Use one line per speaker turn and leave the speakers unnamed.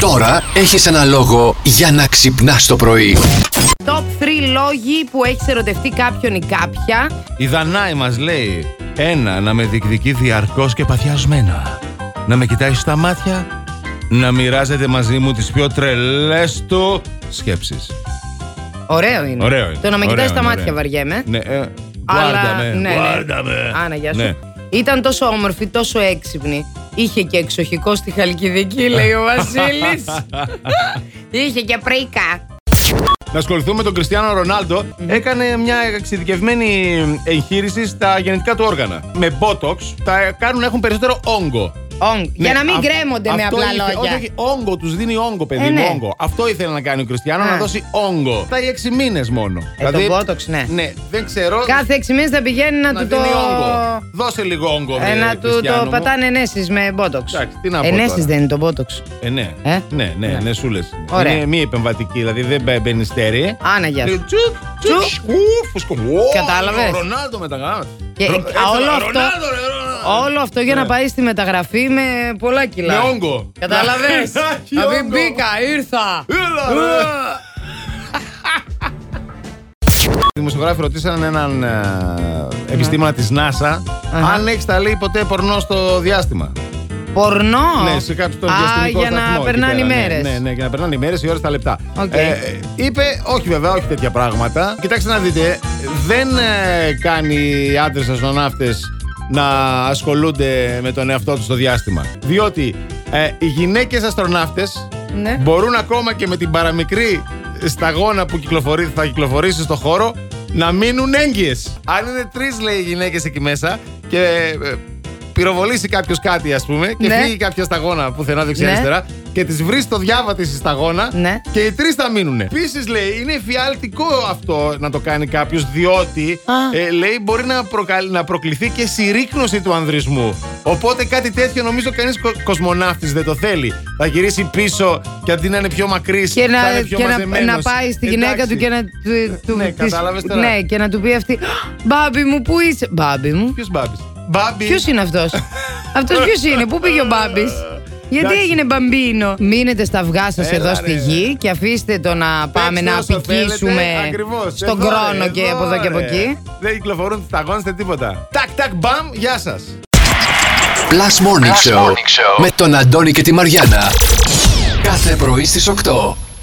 Τώρα έχεις ένα λόγο για να ξυπνάς το πρωί.
Top 3 λόγοι που έχεις ερωτευτεί κάποιον ή κάποια.
Η Δανάη μας λέει: Ένα, να με διεκδικεί διαρκώς και παθιασμένα. Να με κοιτάει στα μάτια. Να μοιράζεται μαζί μου τις πιο τρελές του σκέψεις.
Ωραίο είναι.
Ωραίο είναι.
Το να με
Ωραίο
κοιτάει τα
είναι,
μάτια
ωραίο.
βαριέμαι.
Ναι, ε,
Αλλά,
guarda με,
ναι, ναι.
guarda με.
Άνα, γεια σου.
Ναι.
Ήταν τόσο όμορφη, τόσο έξυπνη. Είχε και εξοχικό στη Χαλκιδική, λέει ο Βασίλης. Είχε και πρίκα.
Να ασχοληθούμε με τον Κριστιανό Ρονάλντο. Έκανε μια εξειδικευμένη εγχείρηση στα γενετικά του όργανα. Με Botox τα κάνουν να έχουν περισσότερο όγκο.
Ονγκ. Για
Ναι,
να μην
αυ-
γκρέμονται με
αυτό
απλά
ήθε-
λόγια.
Όχι, όχι, όγκο, τους δίνει όγκο, παιδί
Ε,
μου.
ναι.
Όγκο. Αυτό ήθελε να κάνει ο Κριστιανό,
Α.
να δώσει όγκο. Τα 6 μήνες μόνο.
Ε, το Botox, ναι.
Ναι, δεν ξέρω.
Κάθε 6 μήνες θα πηγαίνει να,
να
του το.
δίνει όγκο. Δώσε λίγο όγκο,
Ε,
βρε,
να του
Κριστιανό
το
μου.
πατάνε ενέσεις με μπότοξ.
Εντάξει, τι να πω
Ενέσεις
τώρα.
δεν είναι το μπότοξ.
Ε, ναι.
Ε?
ναι, ναι,
Ναι.
ναι, σούλε.
Ωραία. Ε,
Είναι μη επεμβατική, δηλαδή δεν μπα- μπαίνει στέρι. Ε,
Άνα, γεια σου.
Τσουκ, τσουκ,
Τσουκ.
σκουφ, σκουφ. Ω,
Κατάλαβες.
ο Ρονάλντο με τα γράμματα.
Και-
Ρο-
α,
ήθελα
όλο αυτό-
Ρονάλντο, ρε, Ρονάλντο.
Όλο αυτό για
Ναι.
να πάει στη μεταγραφή με πολλά κιλά.
Με όγκο.
Κατάλαβε.
Να- να έχει
Να πει
όγκο.
μπήκα, ήρθα.
Έλα, ρε. Οι δημοσιογράφοι ρωτήσαν έναν ε, επιστήμονα της NASA
Αχα.
αν έχεις ταλεί ποτέ πορνό στο διάστημα.
Πορνό.
Ναι, σε κάποιο τον
Α,
διαστημικό
για
σταθμό
να
εκεί
περνάνε
πέρα, ναι,
ημέρε.
Ναι, ναι, για να περνάνε οι μέρες, οι ώρες, τα λεπτά. Ε,
Οκ.
είπε, όχι βέβαια, όχι τέτοια πράγματα. Κοιτάξτε να δείτε, δεν ε, κάνει οι άντρες αστροναύτες να ασχολούνται με τον εαυτό τους στο διάστημα. Διότι ε, οι γυναίκες αστροναύτες
Ναι.
μπορούν ακόμα και με την παραμικρή σταγόνα που κυκλοφορεί, θα κυκλοφορήσει στο χώρο να μείνουν έγκυες. Αν είναι τρεις, λέει, γυναίκες εκεί μέσα και ε, πυροβολήσει κάποιος κάτι, ας πούμε, και
Ναι.
φύγει κάποια σταγόνα πουθενά δεξιά
Ναι.
αριστερά και τη βρει το διάβα της στη σταγόνα
Ναι.
και οι τρεις θα μείνουν. Επίσης, λέει, είναι φιαλτικό αυτό να το κάνει κάποιος, διότι
Α.
ε, λέει μπορεί να, προκαλ- να προκληθεί και συρρήκνωση του ανδρισμού. Οπότε κάτι τέτοιο νομίζω κανείς κοσμοναύτης δεν το θέλει. Θα γυρίσει πίσω και αντί να είναι πιο μακρύς,
Και
θα
να,
είναι πιο
και να,
μαζεμένος.
να πάει στη γυναίκα
Εντάξει.
του και να του. του-
Ναι,
της-
κατάλαβες τώρα.
ναι, και να του πει αυτή. Μπάμπι μου, πού είσαι. Μπάμπι μου.
Ποιος μπάμπης? Μπάμπι.
Ποιος είναι αυτός. αυτός ποιος είναι, πού πήγε ο Μπάμπης. Γιατί
Εντάξει.
έγινε μπαμπίνο. Μείνετε στα αυγά σας
Έλα,
εδώ στη
ρε. ναι.
γη και αφήστε το να πάμε να
Παίξτε όσο
απικήσουμε
θέλετε, ακριβώς.
στον
Εδώ,
χρόνο
ρε,
και από εδώ και από
ρε.
εκεί.
Δεν κυκλοφορούν, δεν ταγώνεστε τίποτα. Τάκ, τάκ, μπαμ, γεια σας.
Plus Morning, Show, με τον Αντώνη και τη Μαριάνα. Κάθε πρωί στις 8.